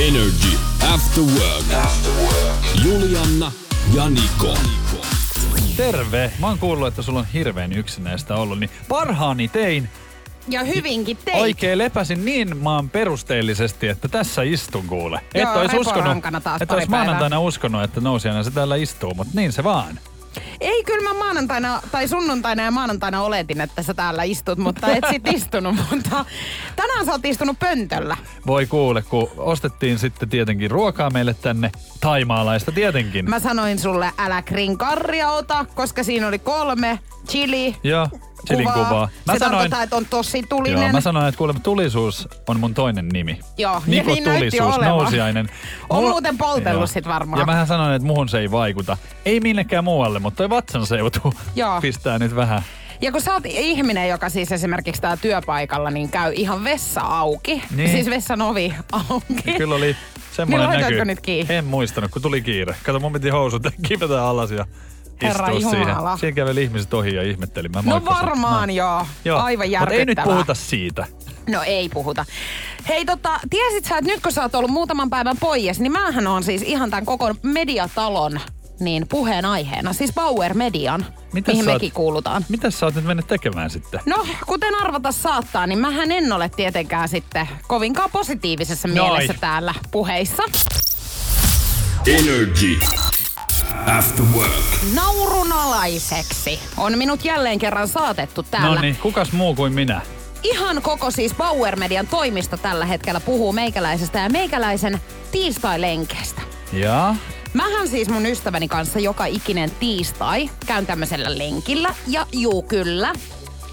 Energy After Work. Julianna ja Niko. Terve! Mä oon kuullut, että sulla on hirveän yksinäistä ollut, niin parhaani tein. Ja hyvinkin teit. Oikein lepäsin niin maan perusteellisesti, että tässä istun kuule. Joo, et ois uskonut, repolankana taas et pari ois maanantaina uskonut, että nousi aina se täällä istuu, mutta niin se vaan. Ei, kyllä mä maanantaina, tai sunnuntaina ja maanantaina oletin, että sä täällä istut, mutta et sit istunut. Mutta tänään sä oot istunut pöntöllä. Voi kuule, kun ostettiin sitten tietenkin ruokaa meille tänne, taimaalaista tietenkin. Mä sanoin sulle, älä krinkarria ota, koska siinä oli kolme chili. Joo, chilin kuvaa. Mä se sanoin, tarkoittaa, että on tosi tulinen. Joo, mä sanoin, että kuulemma tulisuus on mun toinen nimi. Joo, ja Niko niin näytti tulisuus, olevan. nousiainen. On Mulla- muuten poltellut Joo. sit varmaan. Ja mähän sanoin, että muhun se ei vaikuta. Ei minnekään muualle, mutta toi vatsan seutu Joo. pistää nyt vähän. Ja kun sä oot ihminen, joka siis esimerkiksi täällä työpaikalla, niin käy ihan vessa auki. Niin. Siis vessan ovi auki. Kyllä oli semmoinen Niin laitoitko näky. Eh. nyt kiinni? En muistanut, kun tuli kiire. Kato, mun piti housut kivetä alas ja Herra istua siihen. Jumala. Siihen käveli ihmiset ohi ja ihmetteli. Mä No moikkasin. varmaan Mä- joo. joo. Aivan Mutta ei nyt järkyttävää. puhuta siitä. No ei puhuta. Hei tota, tiesit sä, että nyt kun sä oot ollut muutaman päivän pois, niin mähän on siis ihan tämän koko mediatalon niin puheenaiheena, siis Power Median, Mitäs mihin sä oot- mekin kuulutaan. Mitä sä oot nyt mennyt tekemään sitten? No, kuten arvata saattaa, niin mähän en ole tietenkään sitten kovinkaan positiivisessa Noi. mielessä täällä puheissa. Energy After Work. Naurunalaiseksi on minut jälleen kerran saatettu täällä. No niin, kukas muu kuin minä? Ihan koko siis Power Median toimisto tällä hetkellä puhuu meikäläisestä ja meikäläisen tiistai-lenkeestä. Jaa. Mähän siis mun ystäväni kanssa joka ikinen tiistai käyn tämmöisellä lenkillä. Ja juu, kyllä.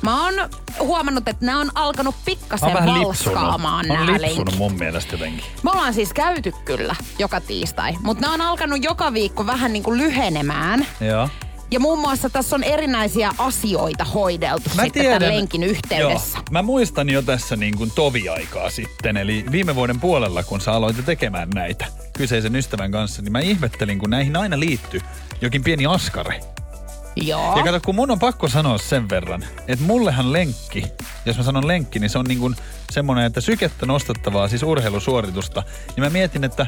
Mä oon huomannut, että nämä on alkanut pikkasen On vähän valskaamaan lipsunut. On nää lipsunut lenkit. mun mielestä jotenkin. Me ollaan siis käyty kyllä joka tiistai, mutta nämä on alkanut joka viikko vähän niin kuin lyhenemään. Joo. Ja muun muassa tässä on erinäisiä asioita hoideltu Mä sitten tiedän. tämän lenkin yhteydessä. Joo. Mä muistan jo tässä niin kuin toviaikaa sitten, eli viime vuoden puolella, kun sä aloit jo tekemään näitä kyseisen ystävän kanssa, niin mä ihmettelin, kun näihin aina liittyy jokin pieni askare. Joo. Ja kato, kun mun on pakko sanoa sen verran, että mullehan lenkki, jos mä sanon lenkki, niin se on niin kuin semmoinen, että sykettä nostettavaa, siis urheilusuoritusta, niin mä mietin, että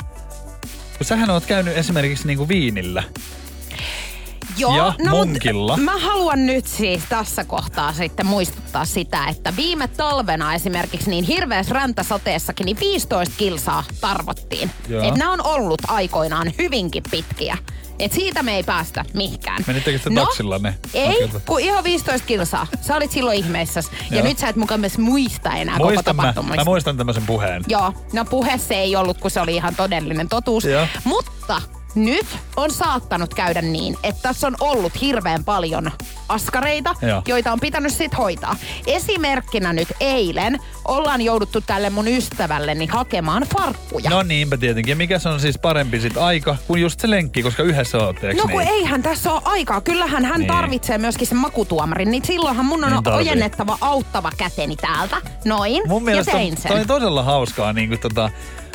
kun sähän oot käynyt esimerkiksi niin kuin viinillä, Joo, Ja no mut munkilla. Mä haluan nyt siis tässä kohtaa sitten muistuttaa sitä, että viime talvena esimerkiksi niin hirveässä räntäsateessakin niin 15 kilsaa tarvottiin. Joo. Et nämä on ollut aikoinaan hyvinkin pitkiä. Et siitä me ei päästä mihinkään. No, Menittekö te taksilla ne? Ei, Okei. kun ihan 15 kilsaa. Sä olit silloin ihmeissäs. Ja Joo. nyt sä et mukaan myös muista enää muistan koko mä, tapahtumista. mä muistan tämmöisen puheen. Joo, no puhe se ei ollut, kun se oli ihan todellinen totuus. Joo. Mutta nyt on saattanut käydä niin, että tässä on ollut hirveän paljon askareita, Joo. joita on pitänyt sit hoitaa. Esimerkkinä nyt eilen ollaan jouduttu tälle mun ystävälleni hakemaan farkkuja. No niinpä tietenkin. Ja mikä se on siis parempi sit aika kuin just se lenkki, koska yhdessä olette, eiks No kun niin? eihän tässä ole aikaa. Kyllähän Niin. hän niin. tarvitsee myöskin sen makutuomarin, niin silloinhan mun on Niin tarvii. ojennettava auttava käteni täältä. Noin. Mun ja mielestä tein on, sen. toi on todella hauskaa. Niin kuin tota,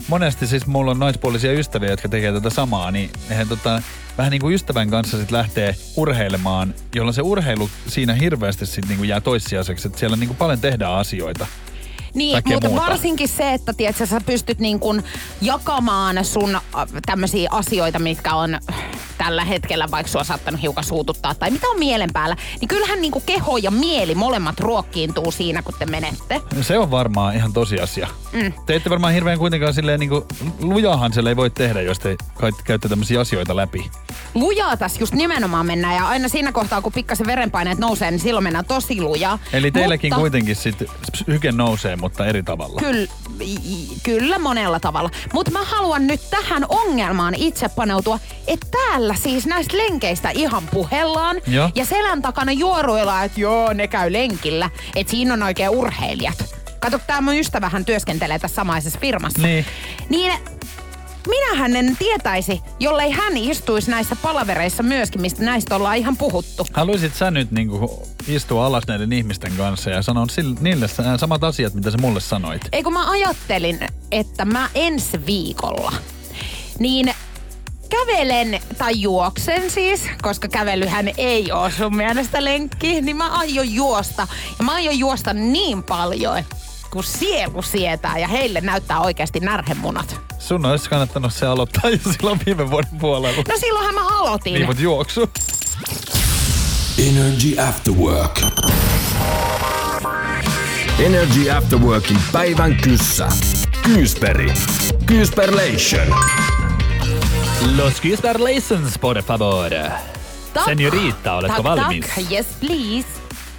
monesti siis mulla on naispuolisia ystäviä, jotka tekee tätä samaa, niin he tota, vähän niin kuin ystävän kanssa sit lähtee urheilemaan, jolloin se urheilu siinä hirveästi sit niin kuin jää toissijaiseksi, että siellä niin kuin paljon tehdään asioita. Niin, kaikkea mutta muuta. varsinkin se, että tiedätkö, sä pystyt niin kun jakamaan sun äh, tämmöisiä asioita, mitkä on äh, tällä hetkellä, vaikka sua saattanut hiukan suututtaa tai mitä on mielen päällä, niin kyllähän niin keho ja mieli molemmat ruokkiintuu siinä, kun te menette. Se on varmaan ihan tosiasia. Mm. Te ette varmaan hirveän kuitenkaan silleen niin kuin, lujahan siellä ei voi tehdä, jos te kait- käytte tämmöisiä asioita läpi. Lujaa tässä just nimenomaan mennään ja aina siinä kohtaa, kun pikkasen verenpaineet nousee, niin silloin mennään tosi lujaa. Eli teilläkin Mutta- kuitenkin sit hyke nousee, mutta eri tavalla. Kyllä, kyllä monella tavalla. Mutta mä haluan nyt tähän ongelmaan itse paneutua, että täällä siis näistä lenkeistä ihan puhellaan. Joo. Ja selän takana juoruillaan, että joo, ne käy lenkillä. Että siinä on oikein urheilijat. Kato, tämä mun ystävähän työskentelee tässä samaisessa firmassa. Niin. Niin minähän en tietäisi, jollei hän istuisi näissä palavereissa myöskin, mistä näistä ollaan ihan puhuttu. Haluaisit sä nyt niinku istua alas näiden ihmisten kanssa ja sanoa sille, niille sä- samat asiat, mitä sä mulle sanoit? Ei kun mä ajattelin, että mä ensi viikolla, niin kävelen tai juoksen siis, koska kävelyhän ei oo sun mielestä lenkki, niin mä aion juosta. Ja mä aion juosta niin paljon, kun sielu sietää ja heille näyttää oikeasti närhemunat. Sun olisi kannattanut se aloittaa jo silloin viime vuoden puolella. No silloinhan mä aloitin. Niin, mut juoksu. Energy After Work. Energy After Workin päivän kyssä. Kyysperi. Kyysperlation. Los Kysberlaisons, por favor. Tak. Señorita, oletko tak, valmis? Tak, yes please.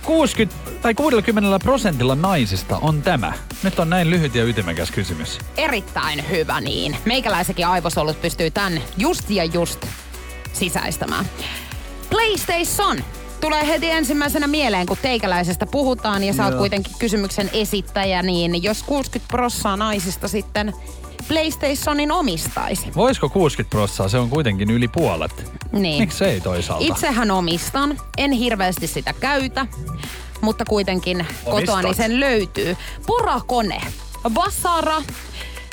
60 tai 60 prosentilla naisista on tämä. Nyt on näin lyhyt ja ytimekäs kysymys. Erittäin hyvä niin. Meikäläisekin aivosolut pystyy tän just ja just sisäistämään. PlayStation tulee heti ensimmäisenä mieleen, kun teikäläisestä puhutaan ja sä oot Joo. kuitenkin kysymyksen esittäjä, niin jos 60 prossaa naisista sitten PlayStationin omistaisi. Voisiko 60 prossaa? Se on kuitenkin yli puolet. Niin. Miksei toisaalta? Itsehän omistan, en hirveästi sitä käytä, mutta kuitenkin kotoa niin sen löytyy. Porakone, vasara,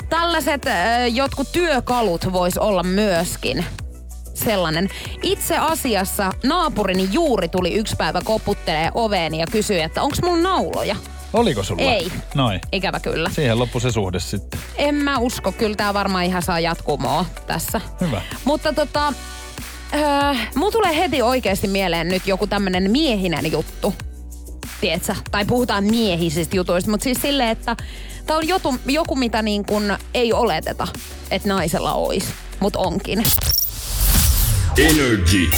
tällaiset äh, jotkut työkalut vois olla myöskin sellainen. Itse asiassa naapurini juuri tuli yksi päivä koputtelee oveeni ja kysyi, että onko mulla nauloja. Oliko sulla? Ei. Noin. Ikävä kyllä. Siihen loppui se suhde sitten. En mä usko, kyllä tää varmaan ihan saa jatkumoa tässä. Hyvä. Mutta tota, öö, mulla tulee heti oikeasti mieleen nyt joku tämmönen miehinen juttu. Tiedätkö? Tai puhutaan miehisistä jutuista, mutta siis silleen, että tää on jotu, joku, mitä niin kun ei oleteta, että naisella olisi, mutta onkin. Energy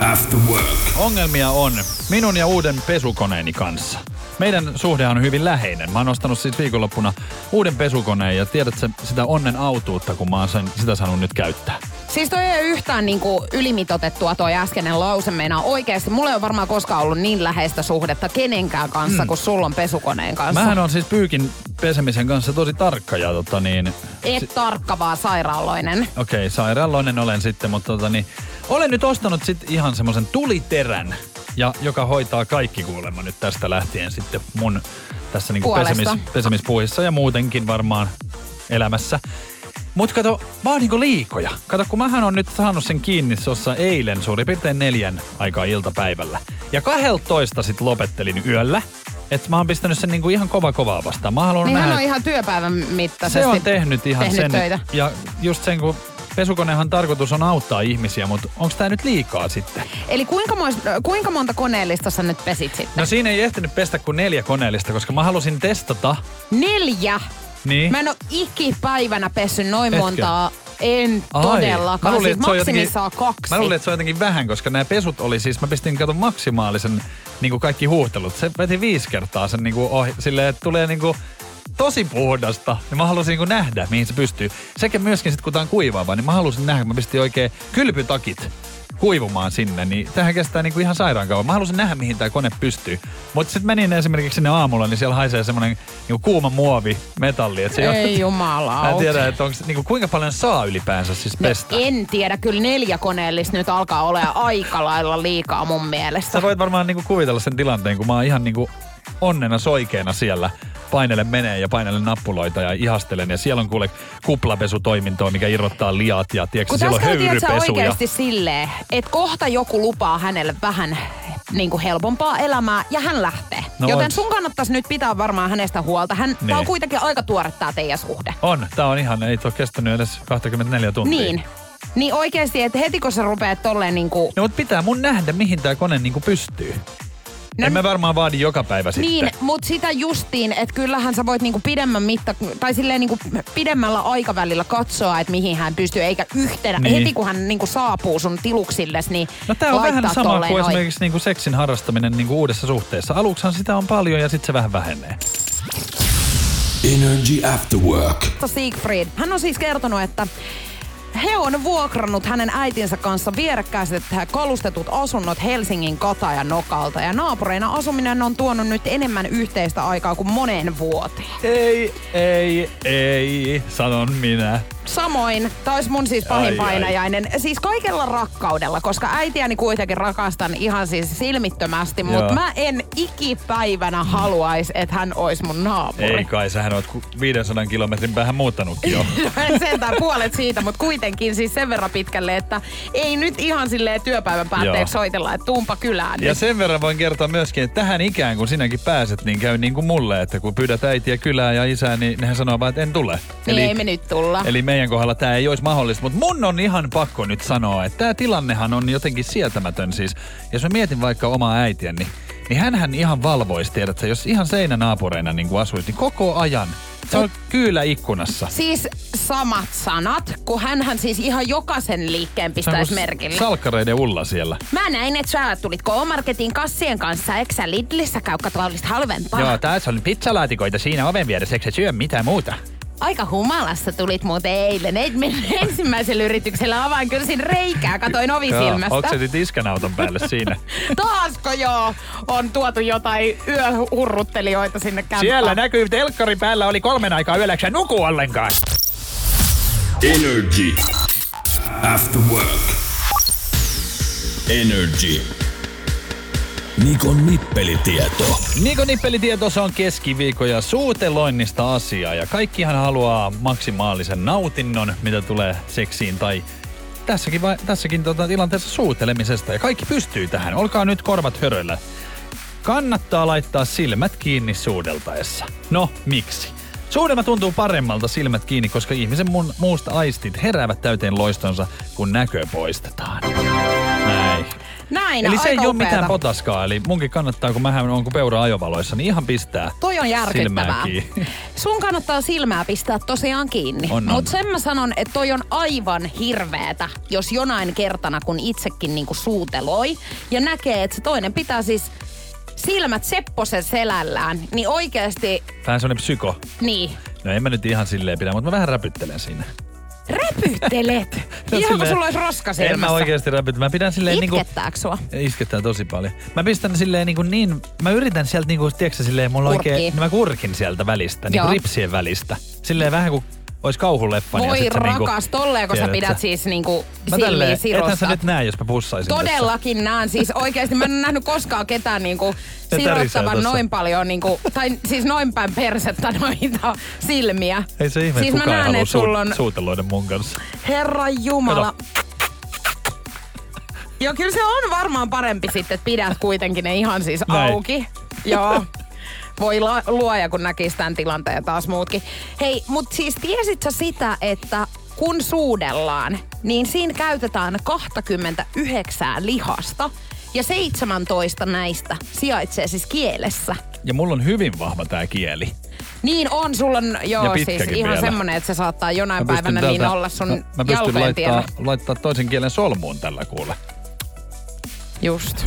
After Work. Ongelmia on minun ja uuden pesukoneeni kanssa. Meidän suhde on hyvin läheinen. Mä oon ostanut siis viikonloppuna uuden pesukoneen ja tiedät sä sitä onnen autuutta, kun mä oon sen, sitä saanut nyt käyttää. Siis toi ei ole yhtään niinku ylimitotettua toi äskeinen lause. Meinaa oikeasti, mulla ei ole varmaan koskaan ollut niin läheistä suhdetta kenenkään kanssa, mm. kun sulla on pesukoneen kanssa. Mähän on siis pyykin pesemisen kanssa tosi tarkka ja tota niin... Et tarkka vaan sairaaloinen. Okei, okay, sairaaloinen olen sitten, mutta tota niin, olen nyt ostanut sit ihan semmoisen tuliterän, ja, joka hoitaa kaikki kuulemma nyt tästä lähtien sitten mun tässä niinku Puolesta. pesemis, pesemispuissa ja muutenkin varmaan elämässä. Mutta kato, mä oon niinku liikoja. Kato, kun mähän on nyt saanut sen kiinni tuossa eilen suurin piirtein neljän aikaa iltapäivällä. Ja 12 sit lopettelin yöllä. Et mä oon pistänyt sen niinku ihan kova kovaa vastaan. Mä haluan Niin nähdä, hän on ihan työpäivän mittaisesti se on tehnyt ihan tehnyt sen. töitä. Ja just sen, kun pesukonehan tarkoitus on auttaa ihmisiä, mutta onko tämä nyt liikaa sitten? Eli kuinka, mo- kuinka monta koneellista sä nyt pesit sitten? No siinä ei ehtinyt pestä kuin neljä koneellista, koska mä halusin testata. Neljä! Niin. Mä en oo ikipäivänä pessy noin Etkö? montaa. En Ai. todellakaan. siis se on maksimi saa kaksi. Mä luulin, että se on jotenkin vähän, koska nämä pesut oli siis, mä pistin kato maksimaalisen niin kuin kaikki huuhtelut. Se veti viisi kertaa sen niin kuin ohi, silleen, että tulee niin kuin tosi puhdasta. Ja mä halusin niin kuin nähdä, mihin se pystyy. Sekä myöskin sitten, kun tää on kuivaava, niin mä halusin nähdä, kun mä pistin oikein kylpytakit kuivumaan sinne, niin tähän kestää niinku ihan sairaan kauan. Mä halusin nähdä, mihin tämä kone pystyy. Mutta sitten menin esimerkiksi sinne aamulla, niin siellä haisee semmoinen niinku kuuma muovi metalli. Et se Ei Mä en jumalauta. tiedä, että onks, niinku, kuinka paljon saa ylipäänsä siis pestä. No En tiedä, kyllä neljä koneellista nyt alkaa olla aika lailla liikaa mun mielestä. Sä voit varmaan niinku kuvitella sen tilanteen, kun mä oon ihan niinku onnena soikeena siellä. Painele menee ja painele nappuloita ja ihastelen. Ja siellä on kuule kuplapesutoimintoa, mikä irrottaa liat ja tiedätkö, Kun siellä tässä on käy tiedätkö höyrypesu. Ja... oikeasti silleen, että kohta joku lupaa hänelle vähän niin kuin helpompaa elämää ja hän lähtee. No No Joten on. sun kannattaisi nyt pitää varmaan hänestä huolta. Hän, niin. Tämä Niin. on kuitenkin aika tuore tämä teidän suhde. On, tää on ihan, ei ole kestänyt edes 24 tuntia. Niin. Niin oikeasti, että heti kun sä rupeat tolleen niinku... No mut pitää mun nähdä, mihin tää kone niinku pystyy. No, en mä varmaan vaadi joka päivä Niin, sitten. mutta sitä justiin, että kyllähän sä voit niinku pidemmän mitta, tai silleen niinku pidemmällä aikavälillä katsoa, että mihin hän pystyy, eikä yhtenä, Niin. niin. heti kun hän niinku saapuu sun tiluksillesi, niin No tää on laittaa vähän sama tolleen kuin noin. esimerkiksi niinku seksin harrastaminen niinku uudessa suhteessa. Aluksihan sitä on paljon ja sitten se vähän vähenee. Energy After Work. Siegfried. Hän on siis kertonut, että He on vuokrannut hänen äitinsä kanssa vierekkäiset kolustetut asunnot Helsingin kata ja nokalta. Ja naapureina asuminen on tuonut nyt enemmän yhteistä aikaa kuin moneen vuoteen. Ei, ei, ei, sanon minä. Samoin, taas mun siis pahin Ai, ai. painajainen. Siis kaikella rakkaudella, koska äitiäni kuitenkin rakastan ihan siis silmittömästi, Joo. mutta mä en ikipäivänä haluaisi, että hän olisi mun naapuri. Ei kai, sähän oot ku- 500 kilometrin päähän muuttanutkin jo. No en sentään puolet siitä, mutta kuitenkin siis sen verran pitkälle, että ei nyt ihan silleen työpäivän päätteeksi Joo. soitella, että tuumpa kylään. Ja nyt. sen verran voin kertoa myöskin, että tähän ikään kun sinäkin pääset, niin käy niin kuin mulle, että kun pyydät äitiä kylään ja isää, niin nehän sanoo vaan, että en tule. Niin ei me nyt tulla. Eli meidän kohdalla tämä ei olisi mahdollista, mutta mun on ihan pakko nyt sanoa, että tämä tilannehan on jotenkin sietämätön siis. Jos mä mietin vaikka omaa äitiäni, niin hänhän ihan valvoisi, tiedät sä, jos ihan seinänaapureina niin kuin asuit, niin koko ajan. Se on kyylä ikkunassa. Siis samat sanat, kun hänhän siis ihan jokaisen liikkeen Se on pistäisi kuin merkille. Salkkareiden ulla siellä. Mä näin, että sä tulit K-Marketin kassien kanssa, eikö sä Lidlissä käy katsoa, olisi halvempaa? Joo, tässä on pizzalaatikoita siinä oven vieressä, eikö se syö mitään muuta? Aika humalassa tulit muuten eilen. Ei, men- ensimmäisellä yrityksellä avaan kyllä siinä reikää, katoin ovisilmästä. oksetit iskanauton päälle siinä. Taasko joo on tuotu jotain yöhurruttelijoita sinne kämppään? Siellä näkyy, telkkari päällä oli kolmen aikaa yöllä, eikö sä nuku ollenkaan? Energy. After work. Energy. Nikon nippelitieto. Niko Nippelitieto, se on keskiviikko ja suuteloinnista asiaa. Ja kaikkihan haluaa maksimaalisen nautinnon, mitä tulee seksiin tai tässäkin, vai, tässäkin tota, tilanteessa suutelemisesta. Ja kaikki pystyy tähän. Olkaa nyt korvat höröllä. Kannattaa laittaa silmät kiinni suudeltaessa. No, miksi? Suudelma tuntuu paremmalta silmät kiinni, koska ihmisen mun, muusta aistit heräävät täyteen loistonsa, kun näkö poistetaan. Näin. Näin, Eli se ei aika ole upeata. mitään potaskaa, eli munkin kannattaa, kun mähän on kuin peura ajovaloissa, niin ihan pistää Toi on silmää järkyttävää. kiinni. Sun kannattaa silmää pistää tosiaan kiinni. On, on. Mutta sen mä sanon, että toi on aivan hirveetä, jos jonain kertana, kun itsekin niinku suuteloi ja näkee, että se toinen pitää siis silmät sepposen selällään, niin oikeasti, Vähän on semmonen psyko. niin, No en mä nyt ihan silleen pidä, mutta mä vähän räpyttelen siinä. räpyttelet. No Ihan kun silleen- sulla olisi roska silmässä. En mä oikeasti räpyttele. Mä pidän silleen niinku... Itkettääks sua? Iskettää tosi paljon. Mä pistän silleen niinku niin, mä yritän sieltä niinku, tiedätkö silleen, mulla Kurkkii. oikein, mä kurkin sieltä välistä, niinku Joo. ripsien välistä. Silleen vähän kuin ois kauhuleffa. ja Voi sit sä niinku- rakas, tolleen kun sä tiedät pidät siis niinku Mä tälleen, silmiä ethän sä sirosta. nyt näe, jos mä pussaisin tässä. Todellakin näen. Siis oikeasti mä en nähnyt koskaan ketään niinku tärisee sirottavan tossa. noin paljon, niinku, tai siis noin päin persettä noita silmiä. Ei se ihme, siis että mä kukaan ei näen, halua että sulla suut- on, suuteloida mun kanssa. herra jumala. Joo, kyllä se on varmaan parempi sitten, että pidät kuitenkin ne ihan siis Näin. auki. Joo. Voi la- luoja, kun näkisi tämän tilanteen ja taas muutkin. Hei, mutta siis tiesit sä sitä, että kun suudellaan, niin siinä käytetään 29 lihasta ja 17 näistä sijaitsee siis kielessä. Ja mulla on hyvin vahva tää kieli. Niin on, sulla on Ja joo, siis pitkäkin ihan vielä. semmonen, että se saattaa jonain pystyn päivänä tältä- niin olla sun mä, mä pystyn jalkojen laittaa, tiellä. laittaa toisen kielen solmuun tällä kuulla. Just.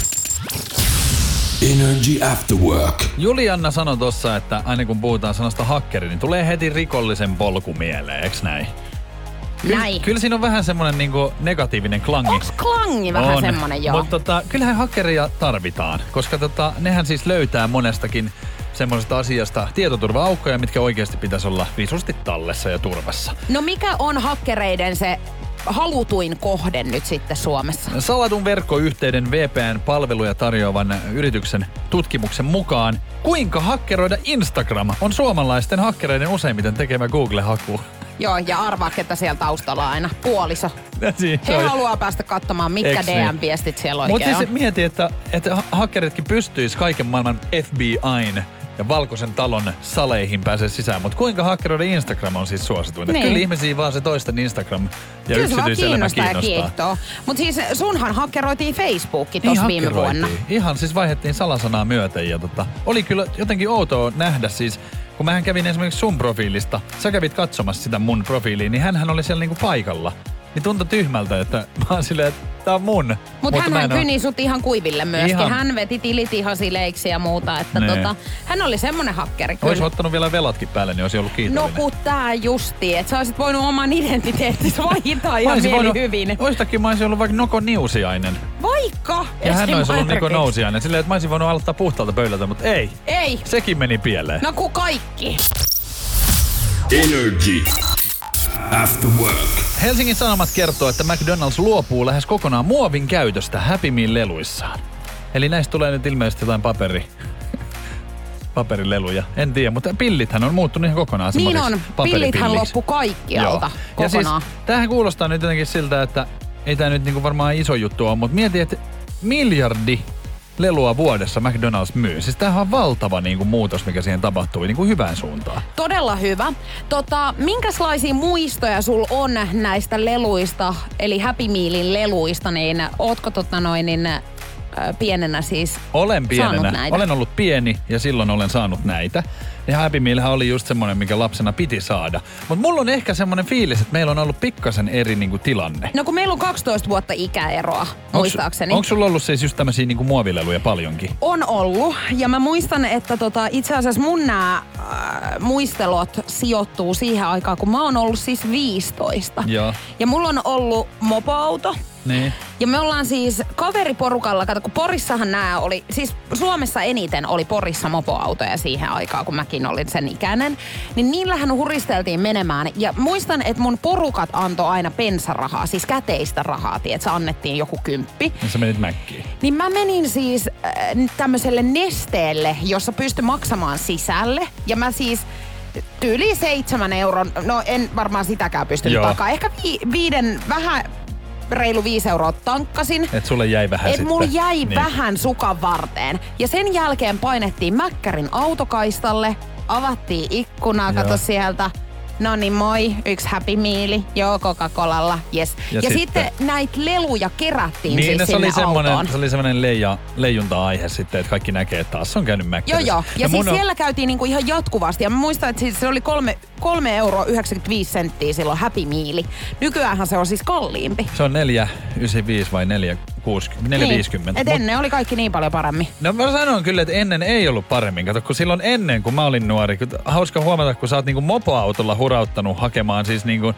Energy after work. Julianna sanoi tossa, että aina kun puhutaan sanasta hakkeri, niin tulee heti rikollisen polku mieleen, eiks näin? Kyllä, Näin. kyllä siinä on vähän semmonen niinku negatiivinen klangi. Onks klangi vähän On. semmonen joo? Mutta tota, kyllähän hakkeria tarvitaan, koska tota, nehän siis löytää monestakin semmoisesta asiasta tietoturva-aukkoja, mitkä oikeasti pitäisi olla visusti tallessa ja turvassa. No mikä on hakkereiden se halutuin kohde nyt sitten Suomessa? Salatun verkkoyhteyden VPN-palveluja tarjoavan yrityksen tutkimuksen mukaan, kuinka hakkeroida Instagram on suomalaisten hakkereiden useimmiten tekemä Google-haku. Joo, ja arvaa, ketä siellä taustalla on aina. Puoliso. Siis He haluaa päästä katsomaan, mitkä Eiks niin? DM-viestit siellä Mutta oikein siis on. mieti, että, että ha- hakkeritkin pystyis kaiken maailman FBIn ja valkoisen talon saleihin pääsee sisään, mutta kuinka hakkeroida Instagram on siis suosituin. Niin. Niin. Kyllä ihmisiä vaan se toisten Instagram ja Kyllä se vaan yksityiselämä kiinnostaa, ja kiinnostaa. Niin, kiehtoo. Mutta siis sunhan hakkeroitiin Facebookki tuossa viime hakkeroitiin. vuonna. Ihan siis vaihdettiin salasanaa myöten ja tota, oli kyllä jotenkin outoa nähdä siis, kun mähän kävin esimerkiksi sun profiilista, sä kävit katsomassa sitä mun profiiliin, niin hänhän oli siellä niinku paikalla. Niin tuntui tyhmältä, että mä oon silleen, että Tää on mun. Mut Mutta mä hän en oo- kyni sut ihan kuiville myöskin. Ihan. Hän veti tilit ihan sileiksi ja muuta. Että Nee. tota, hän oli semmonen hakkeri Ois kyllä. ottanut vielä velatkin päälle, niin olisi ollut No kiitollinen. kun tää justiin, että sä oisit voinut oman identiteettis vaihtaa Mä ihan olisin mieli hyvin. Oistakin mä olisin ollut vaikka Noko Niusiainen. Vaikka! Ja hän esim. olisi ollut niinku Niko Markiksi. Nousiainen. Silleen, että mä olisin voinut aloittaa puhtaalta pöydältä, mutta ei. Ei, Sekin meni pieleen. no kun kaikki. Energy. After work. Helsingin Sanomat kertoo, että McDonald's luopuu lähes kokonaan muovin käytöstä Happy Meal-leluissaan. Eli näistä tulee nyt ilmeisesti jotain paperi, paperileluja. En tiedä, mutta pillithän on muuttunut ihan kokonaan Niin on, semmoisiksi pillithän paperipilleiksi. loppu kaikkialta Ja siis, kokonaan. tämähän kuulostaa nyt jotenkin siltä, että ei tämä nyt niinku varmaan iso juttu ole, mutta mieti, että miljardi lelua vuodessa McDonald's myy. Siis tämähän on valtava niinku muutos, mikä siihen tapahtui niinku hyvään suuntaan. Todella hyvä. Tota, minkälaisia muistoja sul on näistä leluista, eli Happy Mealin leluista, niin ootko tota noin, niin, äh, pienenä siis Olen saanut pienenä. näitä? Olen ollut pieni ja silloin olen saanut näitä. Ja Happy Mealhän oli just semmoinen, mikä lapsena piti saada. Mutta mulla on ehkä semmoinen fiilis, että meillä on ollut pikkasen eri niinku, tilanne. No kun meillä on 12 vuotta ikäeroa, muistaakseni. Onko sulla ollut siis just tämmöisiä niinku, muovileluja paljonkin? On ollut. Ja mä muistan, että tota, itse asiassa mun nämä äh, muistelot sijoittuu siihen aikaan, kun mä oon ollut siis 15. Joo. Ja mulla on ollut mopoauto. Niin. Ja me ollaan siis kaveriporukalla, kato kun Porissahan nämä oli, siis Suomessa eniten oli Porissa mopoautoja siihen aikaan, kun mäkin olin sen ikäinen. Niin niillähän huristeltiin menemään. Ja muistan, että mun porukat antoi aina pensarahaa, siis käteistä rahaa, tiedät, sä annettiin joku kymppi. Ja sä menit mäkkiin. Niin mä menin siis äh, tämmöiselle nesteelle, jossa pystyi maksamaan sisälle. Ja mä siis tyyli seitsemän euron, no en varmaan sitäkään pystynyt Joo. takaa. Ehkä vi- viiden, vähän reilu viisi euroa tankkasin. Et sulle jäi vähän Et sitten. mulla jäi Niin. niin. vähän sukan varteen. Ja sen jälkeen painettiin Mäkkärin autokaistalle, avattiin ikkunaa, Joo. kato sieltä. No niin moi, yksi Happy Meali, joo Coca-Colalla, yes. Ja Ja, ja sitten, sitten näitä leluja kerättiin Niin, siis se oli, sinne autoon. semmoinen, se oli semmoinen leija, leijunta-aihe sitten, että kaikki näkee, että taas on käynyt Joo, mäkkärissä. joo. Ja siis mun on- siellä käytiin niinku ihan jatkuvasti. Ja mä muistan, että siis se oli kolme, kolme euroa 95 senttiä silloin Happy Meali. Nykyäänhän se on siis kalliimpi. Se on 4,95 vai 4,60, 4,50. Niin. Et Mut- ennen oli kaikki niin paljon paremmin. No mä sanon kyllä, että ennen ei ollut paremmin. Kato, kun silloin ennen, kun mä olin nuori, kun, hauska huomata, kun sä oot niinku mopoautolla hurauttanut hakemaan siis niinku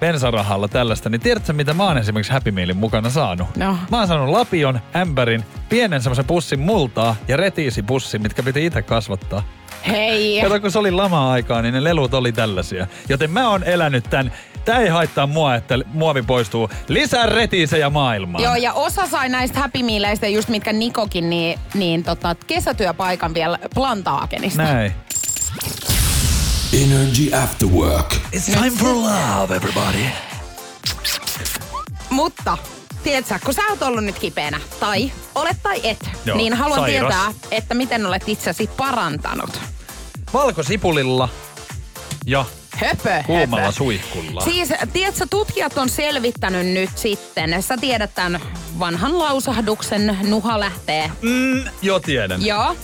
bensarahalla tällaista, niin tiedätkö mitä mä oon esimerkiksi Happy Mealin mukana saanut? No. Mä oon saanut lapion, ämpärin, pienen semmoisen pussin multaa ja retiisipussin, mitkä piti itse kasvattaa. Hei! Kato, kun se oli lama-aikaa, niin ne lelut oli tällaisia. Joten mä oon elänyt tän. Tää ei haittaa mua, että muovi poistuu. Lisää retiisejä maailmaan. Joo, ja osa sai näistä Happy Mealeistä, just mitkä Nikokin, niin, niin tota, kesätyöpaikan vielä plantaakenista. Näin. Energy After Work. It's time for love, everybody. Mutta, tiedätkö, kun sä oot ollut nyt kipeänä, tai olet tai et, Joo, Joo, niin haluan sairas. tietää, että miten olet itsesi parantanut. valkosipulilla ja Höpö, kuumalla höpö. suihkulla. Siis, tiedätkö, tutkijat on selvittänyt nyt sitten, sä tiedät tämän vanhan lausahduksen, nuha lähtee, Mm, jo tiedän. joo,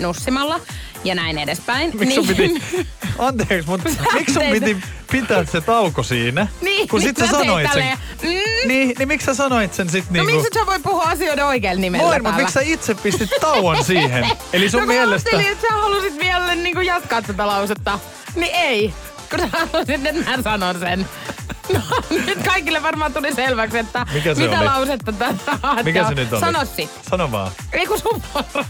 nussimalla ja näin edespäin. Niin- No, Miksi sun piti, anteeksi, mutta miksi sun Tein- piti pitää se tauko siinä? Niin, kun sit nyt sä mä tein sanoit sen. tälleen, mm. Niin, niin miksi sä sanoit sen sit No niinku? miksi et sä voi puhua asioiden oikealla nimellä Voin, mutta täällä? miksi sä itse pistit tauon siihen? Eli sun no, mielestä... No että sä halusit vielä niinku jatkaa tätä lausetta. Niin ei, kun sä halusit, että mä sanon sen. No nyt kaikille varmaan tuli selväksi, että Mikä se mitä oli? lausetta tätä Mikä se nyt oli? Siis- Sano sit. Sano vaan. Ei kun sun vuoro.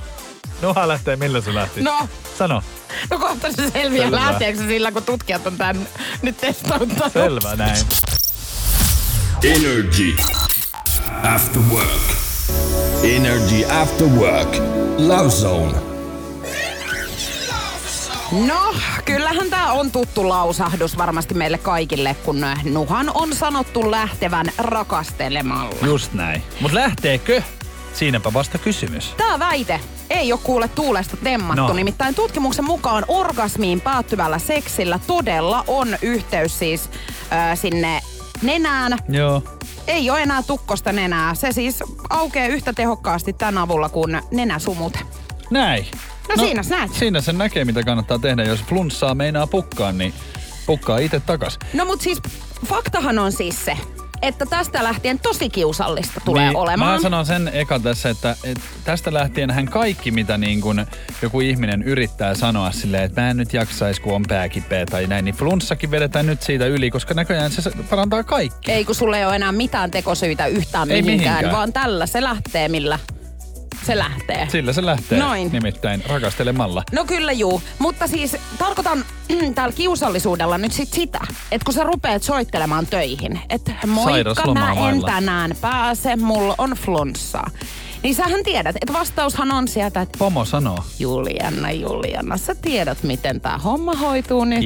Nuha lähtee, millä se lähti? No, Sano. no kohta se selviää Selvä. lähteekö se sillä, kun tutkijat on tän nyt testauttanut. Selvä näin. Energy. After work. Energy After Work. Love Zone. No, kyllähän tämä on tuttu lausahdus varmasti meille kaikille, kun nuhan on sanottu lähtevän rakastelemalla. Just näin. Mut lähteekö? Siinäpä vasta kysymys. Tämä väite ei ole kuule tuulesta temmattu. No. No. Nimittäin tutkimuksen mukaan orgasmiin päättyvällä seksillä todella on yhteys siis äh, sinne nenään. Joo. Ei ole enää tukkosta nenää. Se siis aukeaa yhtä tehokkaasti tämän avulla kuin nenäsumute. Näin. No siinä sä näet. Siinä sen näkee, mitä kannattaa tehdä. Jos flunssaa meinaa pukkaan, niin pukkaa itse takas. No mut siis faktahan on siis se, että tästä lähtien tosi kiusallista tulee Niin, Mä olemaan. sanon sen eka tässä, että, että tästä lähtien hän kaikki, mitä niin kun joku ihminen yrittää sanoa silleen, että mä en nyt jaksaisi, kun on pää kipeä tai näin, niin flunssakin vedetään nyt siitä yli, koska näköjään se parantaa kaikki. Ei kun sulle ei ole enää mitään tekosyitä yhtään Ei mihinkään, mihinkään. vaan tällä se lähtee millä se lähtee. Sillä se lähtee Noin. nimittäin rakastelemalla. No kyllä juu, mutta siis tarkoitan tällä kiusallisuudella nyt sit sitä, että kun sä rupeat soittelemaan töihin, että moikka mä en Sairauslomavailla. tänään pääse, mulla on flunssaa. Niin sähän tiedät, että vastaushan on sieltä, että Pomo sanoo. Julianna, Julianna, sä tiedät miten tää homma hoituu nyt.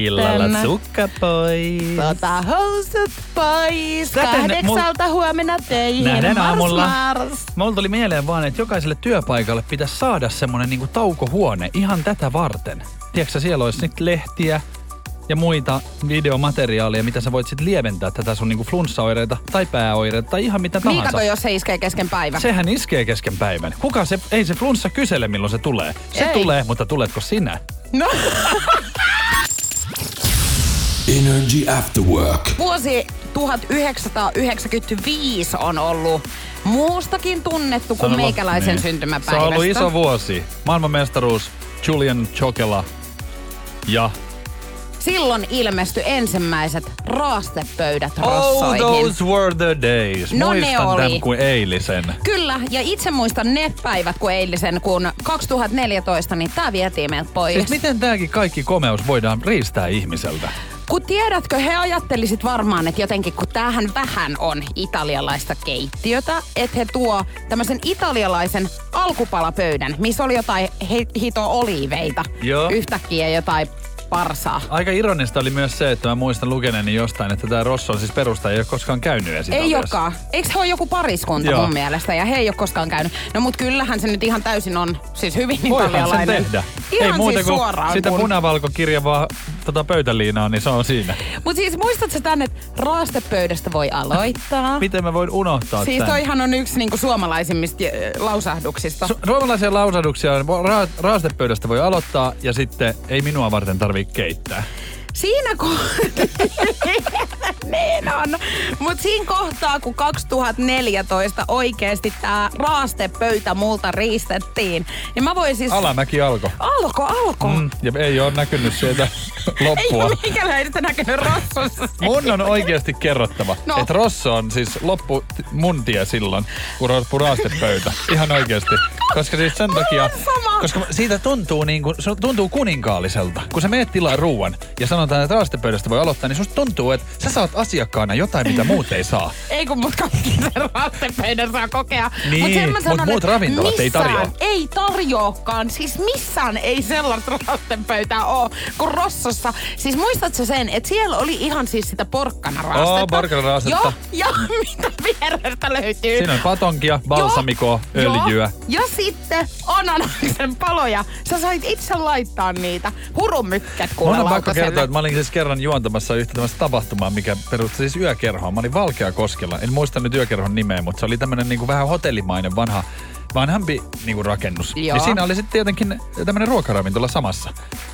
sukka pois. Tota housut pois, Sä tein- kahdeksalta huomenna töihin. Nähdään mars, aamulla. Mars. Mulla tuli mieleen vaan, että jokaiselle työpaikalle pitäisi saada semmonen niinku taukohuone ihan tätä varten. Tiedätkö, siellä olisi nyt lehtiä ja muita videomateriaaleja, mitä sä voit sit lieventää tätä sun niinku flunssaoireita tai pääoireita tai ihan mitä tahansa. Miikako, jos se iskee kesken päivän? Sehän iskee kesken päivän. Kuka se, ei se flunssa kysele milloin se tulee. Se Ei. tulee, mutta tuletko sinä? No. Energy After Work. Vuosi 1995 on ollut muustakin tunnettu kuin Sanonpa- meikäläisen niin. syntymäpäivästä. Se on ollut iso vuosi. Maailmanmestaruus, Julian Chokela ja Silloin ilmestyi ensimmäiset raastepöydät rossoihin. Oh, those were the days. No ne Muistan oli. tämän kuin eilisen. Kyllä, ja itse muistan ne päivät kuin eilisen, kun 2014, niin tää vietiin meiltä pois. Siis miten tämäkin kaikki komeus voidaan riistää ihmiseltä? Kun tiedätkö, he ajattelisit varmaan, että jotenkin kun tämähän vähän on italialaista keittiötä, että he tuo tämmöisen italialaisen alkupalapöydän, missä oli jotain he- hito oliiveita Joo. yhtäkkiä jotain parsaa. Aika ironista oli myös se, että mä muistan lukeneeni jostain, että tämä Rosson siis perustaja ei ole koskaan käynyt edes Ei Italiassa. joka. Eikö he ole joku pariskunta Joo. mun mielestä ja he ei ole koskaan käynyt. No mut kyllähän se nyt ihan täysin on siis hyvin Voihan sen italialainen. tehdä. Ihan ei muuta siis kuin suoraan. sitä kun- punavalkokirjavaa tota pöytäliinaa, niin se on siinä. Mut siis muistatko tänne, että raastepöydästä voi aloittaa? Miten mä voin unohtaa Ah. Siis tän? toihan on yksi niinku suomalaisimmista eh, lausahduksista. Su- Suomalaisia lausaduksia ra- raastepöydästä voi aloittaa ja sitten ei minua varten tarvitse keittää. Siis- Siinä kun... niin on. Mut siinä kohtaa, kun 2014 oikeesti tää raastepöytä multa riistettiin, niin mä voin siis... Alamäki alkoi. Alko, alko. Mm. Mm, ja ei ole näkynyt sieltä Ei loppua. ole meikäläistä näkynyt rassossa. Mun on oikeasti kerrottava, No. no. että Rosso on siis loppu t- mun tie silloin, kun ro- kun raastepöytä. Ihan oikeasti. Koska siis sen takia, sama. koska siitä tuntuu, niin kuin, se tuntuu kuninkaalliselta. Kun sä meet tilaa ruuan ja sanotaan, että raastepöydästä voi aloittaa, niin susta tuntuu, että sä saat asiakkaana jotain, mitä muut ei saa. Ei kun mut kaikki sen raastepöydän saa kokea. Niin, mut, sen mä mut sanon, muut että ravintolat ei tarjoa. missään Ei tarjoakaan. Siis missään ei sellaista raastepöytää oo kuin Rossossa. Siis muistatko sen, että siellä oli ihan siis sitä porkkanaraastetta. Oo, porkkanaraastetta. Joo, ja mitä vierestä löytyy. Siinä on patonkia, balsamikoa, Joo, öljyä. Joo. Ja sitten ananaksen paloja. Sä sait itse laittaa niitä. Hurumykkät Mun kuule on pakko lautaselle. kertoa, että mä olin siis kerran juontamassa yhtä tämmöistä tapahtumaa, mikä perustui siis yökerhoon. Mä olin Valkeakoskella. En muista nyt yökerhon nimeä, mutta se oli tämmönen niinku vähän hotellimainen vanha vanhempi niinku rakennus. Joo. Niin siinä oli sitten tietenkin tämmöinen ruokaravintola samassa.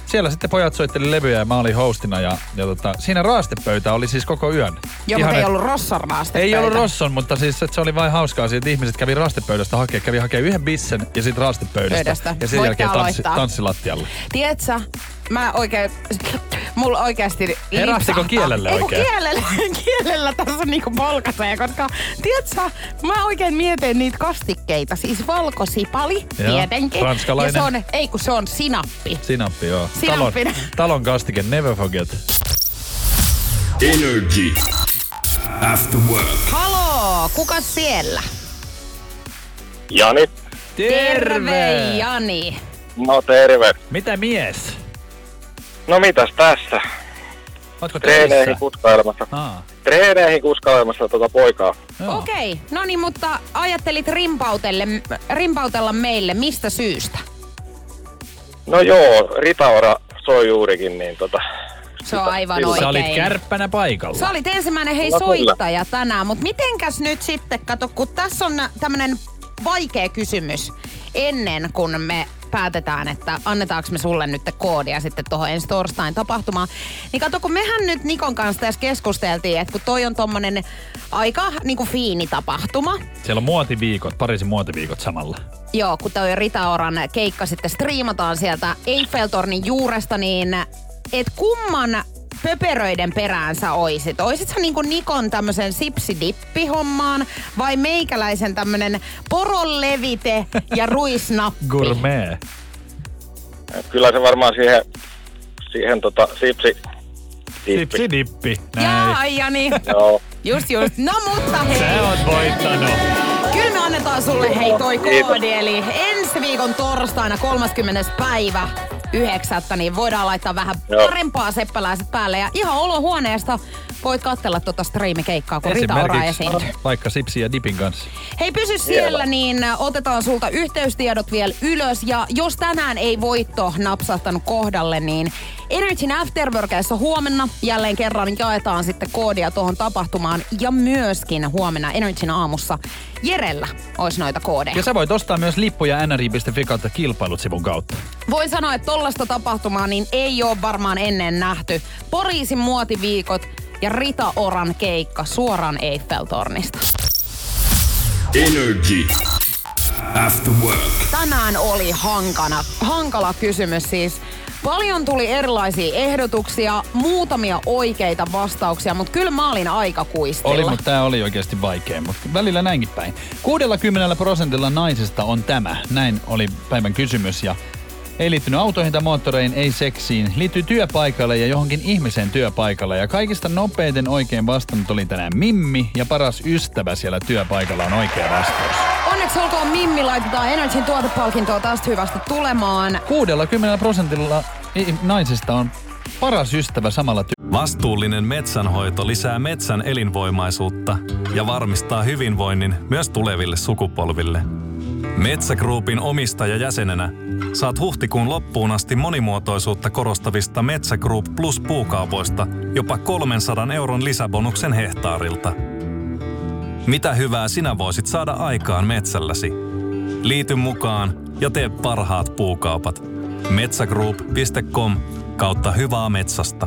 Siellä sitten pojat soitteli levyjä ja mä olin hostina ja, ja tota, siinä raastepöytä oli siis koko yön. Joo, mutta ei et- ollut Rosson raastepöytä. ei ollut Rosson, mutta siis että se oli vain hauskaa siitä, että ihmiset kävi raastepöydästä hakea, kävi hakemaan yhden bissen ja sitten raastepöydästä. Pöydästä. Ja sen Voitte jälkeen tanssi, aloittaa. tanssilattialle. Tiedätkö, mä oikein, mulla oikeasti Herästikö kielelle Ei kun oikein? kielellä, kielellä tässä niinku polkaisee, koska tiedätkö, mä oikein mietin niitä kastikkeita. Siis valkosipali, Joo, tietenkin. ranskalainen. Ja se on, ei kun se on sinappi. Sinappi, joo. Sinappina. Talon, talon kastike, never forget. Energy. After Work. Haloo, kuka siellä? Jani. Terve Jani. No terve. Mitä mies? No mitäs tässä? Ootko Treeneihin töissä? kuskailemassa. Aa, Treeneihin kuskailemassa tota poikaa. joo. Okei, okay. no niin, mutta ajattelit rimpautelle, rimpautella meille, mistä syystä? No joo, Ritaora soi juurikin, niin tota... Se on aivan Sillä- oikein. Sä olit kärppänä paikalla. Sä olit ensimmäinen hei No kyllä. soittaja tänään, mutta mitenkäs nyt sitten, kato, kun tässä on tämmönen vaikea kysymys ennen kuin me päätetään, että annetaanko me sulle nyt koodia sitten tuohon ensi torstain tapahtumaan. Niin kato, kun mehän nyt Nikon kanssa tässä keskusteltiin, että kun toi on tommonen aika niinku fiini tapahtuma. Siellä on muotiviikot, Pariisin muotiviikot samalla. Joo, kun toi Rita Oran keikka sitten striimataan sieltä Eiffeltornin juuresta, niin et kumman pöperöiden perään sä oisit? Oisit sä niinku Nikon tämmösen sipsidippihommaan vai meikäläisen tämmönen poronlevite ja ruisnappi? Gourmet. Kyllä se varmaan siihen, siihen tota, sipsi... Sipsi dippi. Näin. Jaa, ja niin. Joo. Just, just. No mutta hei. Sä oot voittanut. Kyllä me annetaan sulle hei toi Kiitos. koodi, eli ensi viikon torstaina 30. päivä 9. niin voidaan laittaa vähän Joo. parempaa seppäläiset päälle. Ja ihan olohuoneesta voit katsella tota striimikeikkaa, kun Rita Ora esiintyy. Esimerkiksi vaikka sipsi ja dipin kanssa. Hei, pysy siellä, niin otetaan sulta yhteystiedot vielä ylös. Ja jos tänään ei voitto napsahtanut kohdalle, niin Energyn Afterworkissa huomenna jälleen kerran jaetaan sitten koodia tuohon tapahtumaan. Ja myöskin huomenna Energyn aamussa Jerellä olisi noita koodeja. Ja sä voit ostaa myös lippuja nri.fi kautta kilpailut sivun kautta. Voin sanoa, että tollasta tapahtumaa niin ei ole varmaan ennen nähty. Poriisin muotiviikot ja Rita Oran keikka suoraan Eiffeltornista. Energy. After work. Tänään oli hankana, hankala kysymys siis. Paljon tuli erilaisia ehdotuksia, muutamia oikeita vastauksia, mutta kyllä mä olin aika kuistilla. Oli, mutta tämä oli oikeasti vaikea, mutta välillä näinkin päin. 60 prosentilla naisista on tämä. Näin oli päivän kysymys ja ei liittynyt autoihin tai moottoreihin, ei seksiin. Liittyy työpaikalle ja johonkin ihmiseen työpaikalle. Ja kaikista nopeiten oikein vastannut oli tänään Mimmi ja paras ystävä siellä työpaikalla on oikea vastaus. Onneksi olkoon Mimmi, laitetaan Energyn tuotepalkintoa tästä hyvästä tulemaan. 60 prosentilla i- naisista on paras ystävä samalla ty- Vastuullinen metsänhoito lisää metsän elinvoimaisuutta ja varmistaa hyvinvoinnin myös tuleville sukupolville. Metsägruupin omistajajäsenenä saat huhtikuun loppuun asti monimuotoisuutta korostavista Metsä Group Plus puukaupoista jopa 300 euron lisäbonuksen hehtaarilta. Mitä hyvää sinä voisit saada aikaan metsälläsi? Liity mukaan ja tee parhaat puukaupat. Metsägroup.com kautta hyvää metsästä.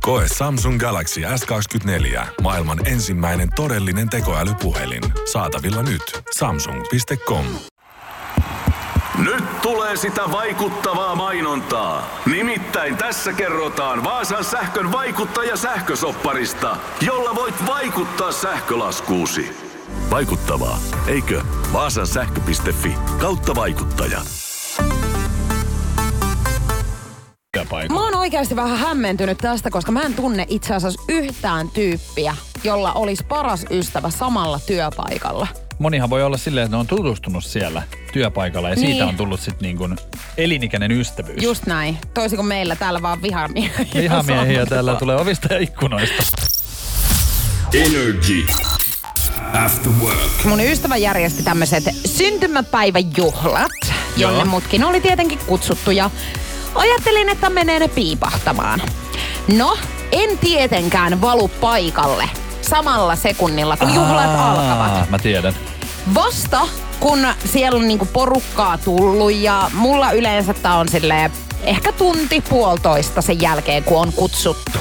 Koe Samsung Galaxy S24. Maailman ensimmäinen todellinen tekoälypuhelin. Saatavilla nyt. Samsung.com. Nyt tulee sitä vaikuttavaa mainontaa. Nimittäin tässä kerrotaan Vaasan sähkön vaikuttaja sähkösopparista, jolla voit vaikuttaa sähkölaskuusi. Vaikuttavaa, eikö? Vaasan sähkö.fi kautta vaikuttaja. työpaikalla. Mä oon oikeasti vähän hämmentynyt tästä, koska mä en tunne itse asiassa yhtään tyyppiä, jolla olisi paras ystävä samalla työpaikalla. Monihan voi olla silleen, että ne on tutustunut siellä työpaikalla ja Niin. siitä on tullut sitten niin kuin elinikäinen ystävyys. Just näin. Toisin kuin meillä täällä vaan vihamiehiä. Vihamiehiä täällä tulee ovista ja ikkunoista. Energy. After work. Mun ystävä järjesti tämmöiset syntymäpäiväjuhlat, jonne Joo. mutkin oli tietenkin kutsuttu ja ajattelin, että menee ne piipahtamaan. No, en tietenkään valu paikalle samalla sekunnilla, kun juhlat Aa, alkavat. Mä tiedän. Vasta, kun siellä on niinku porukkaa tullut ja mulla yleensä tää on silleen ehkä tunti puolitoista sen jälkeen, kun on kutsuttu.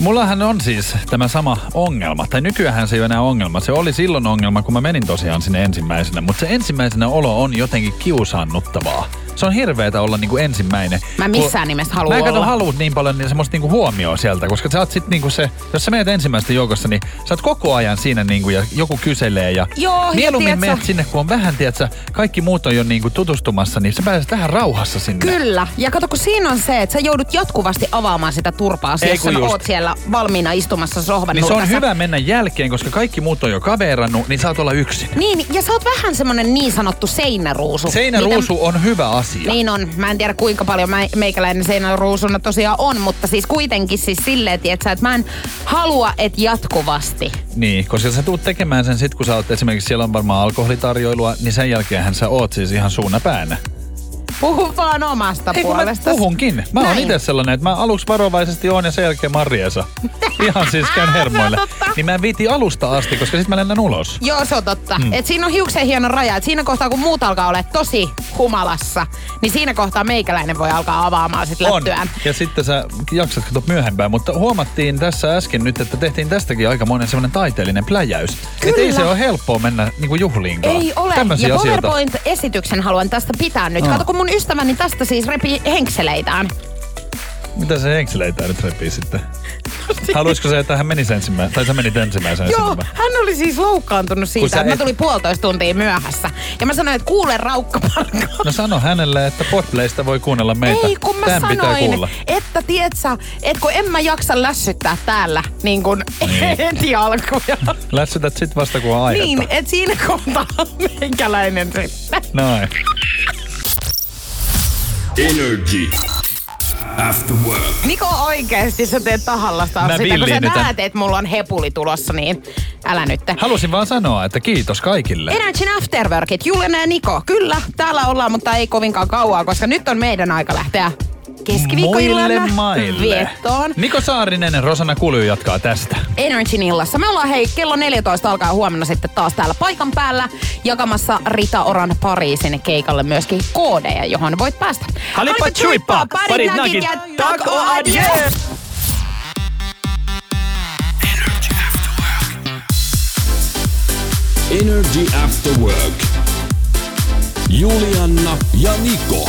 Mullahan on siis tämä sama ongelma, tai nykyään se ei ole enää ongelma. Se oli silloin ongelma, kun mä menin tosiaan sinne ensimmäisenä, mutta se ensimmäisenä olo on jotenkin kiusaannuttavaa. Se on hirveetä olla niinku ensimmäinen. Mä missään nimessä haluu Mä en kato olla. haluut niin paljon niin semmoista niinku huomioon sieltä, koska sä oot sit niinku se, jos sä menet ensimmäistä joukossa, niin sä oot koko ajan siinä niinku ja joku kyselee ja Joo, ja mieluummin tiedät sä- menet sinne, kun on vähän, tiedät sä, kaikki muut on jo niinku tutustumassa, niin sä pääset tähän rauhassa sinne. Kyllä. Ja kato, kun siinä on se, että sä joudut jatkuvasti avaamaan sitä turpaa, Ei jos sä kun just. oot siellä valmiina istumassa sohvan Niin se on nurkassa. hyvä mennä jälkeen, koska kaikki muut on jo kaverannut, niin saat olla yksin. Niin, ja sä oot vähän semmonen niin sanottu seinäruusu. Seinäruusu on hyvä asia. Mitä, No, niin on. Mä en tiedä kuinka paljon mä, meikäläinen seinäruusuna tosiaan on, mutta siis kuitenkin siis silleen, tiedät sä, että mä en halua, että jatkuvasti. Niin, koska sä tuut tekemään sen sit, kun sä oot esimerkiksi siellä on varmaan alkoholitarjoilua, niin sen jälkeenhän sä oot siis ihan suuna päänä. Puhu vaan omasta Ei kun mä puolestasi. puhunkin. Mä oon Näin. itse sellainen, että mä aluksi varovaisesti oon ja sen jälkeen marjesa. Ihan siis käyn hermoille. Se on totta. Niin mä en viiti alusta asti, koska sit mä lennän ulos. Joo, se on totta. Mm. Et siinä on hiuksen hieno raja. Et siinä kohtaa, kun muut alkaa olla tosi humalassa, niin siinä kohtaa meikäläinen voi alkaa avaamaan sit On. lättyään. Ja sitten sä jaksat katsoa myöhempään, mutta huomattiin tässä äsken nyt, että tehtiin tästäkin aika monen semmoinen taiteellinen pläjäys. Et ei Kyllä. se ole helppoa mennä niinku juhliinkaan. Ei ole. Tämmöisiä ja asioita. Ah. PowerPoint-esityksen haluan tästä pitää nyt. Joo. Kato, kun mun ystäväni tästä siis repi henkseleitään. Mitä se henkseleitä nyt repii sitten? Haluaisiko se, että hän menisi ensimmäisenä? Tai sä menit ensimmäisenä? Joo, sinne vai? hän oli siis loukkaantunut Kun siitä, sä että mä et- tulin puolitoista tuntia myöhässä. Ja mä sanoin, että kuule raukkaparkka. No sano hänelle, että Podplaysta voi kuunnella meitä. Ei, kun mä Tän pitää sanoin, kuulla. että tiedät sä, että kun en mä jaksa lässyttää täällä niin kun heti alkuja. Lässytät sit vasta, kun on aihetta. Niin, et siinä kohtaa meikäläinen sitten. Noin. Energy. After work. Niko oikeesti sä teet tahallas taas Mä sitä, kun sä villiinnytän. näet, että mulla on hepuli tulossa, niin älä nyt. Halusin vaan sanoa, että kiitos kaikille. Energyn Afterworkit, Juliana ja Niko. Kyllä, täällä ollaan, mutta ei kovinkaan kauaa, koska nyt on meidän aika lähteä Muille keskiviikkoillana maille. viettoon. Niko Saarinen, Rosanna Kulju jatkaa tästä. Energyn illassa. Me ollaan hei, kello 14 alkaa huomenna sitten taas täällä paikan päällä jakamassa Rita Oran Pariisin keikalle myöskin koodeja, johon voit päästä. Halipa chuipa, parit nakit, tak o adjö! Energy After Work. Julianna ja Niko.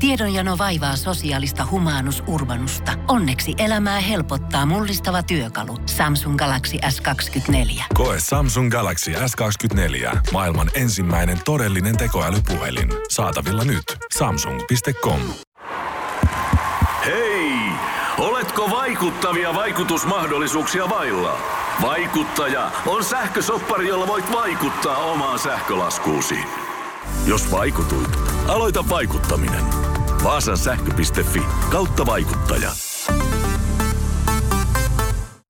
Tiedonjano vaivaa sosiaalista humanus urbanusta. Onneksi elämää helpottaa mullistava työkalu. Samsung Galaxy S24. Koe Samsung Galaxy S24. Maailman ensimmäinen todellinen tekoälypuhelin. Saatavilla nyt. Samsung.com. Hei! Oletko vaikuttavia vaikutusmahdollisuuksia vailla? Vaikuttaja on sähkösoppari, jolla voit vaikuttaa omaan sähkölaskuusi. Jos vaikutuit, aloita vaikuttaminen. Vaasan sähkö.fi kautta vaikuttaja.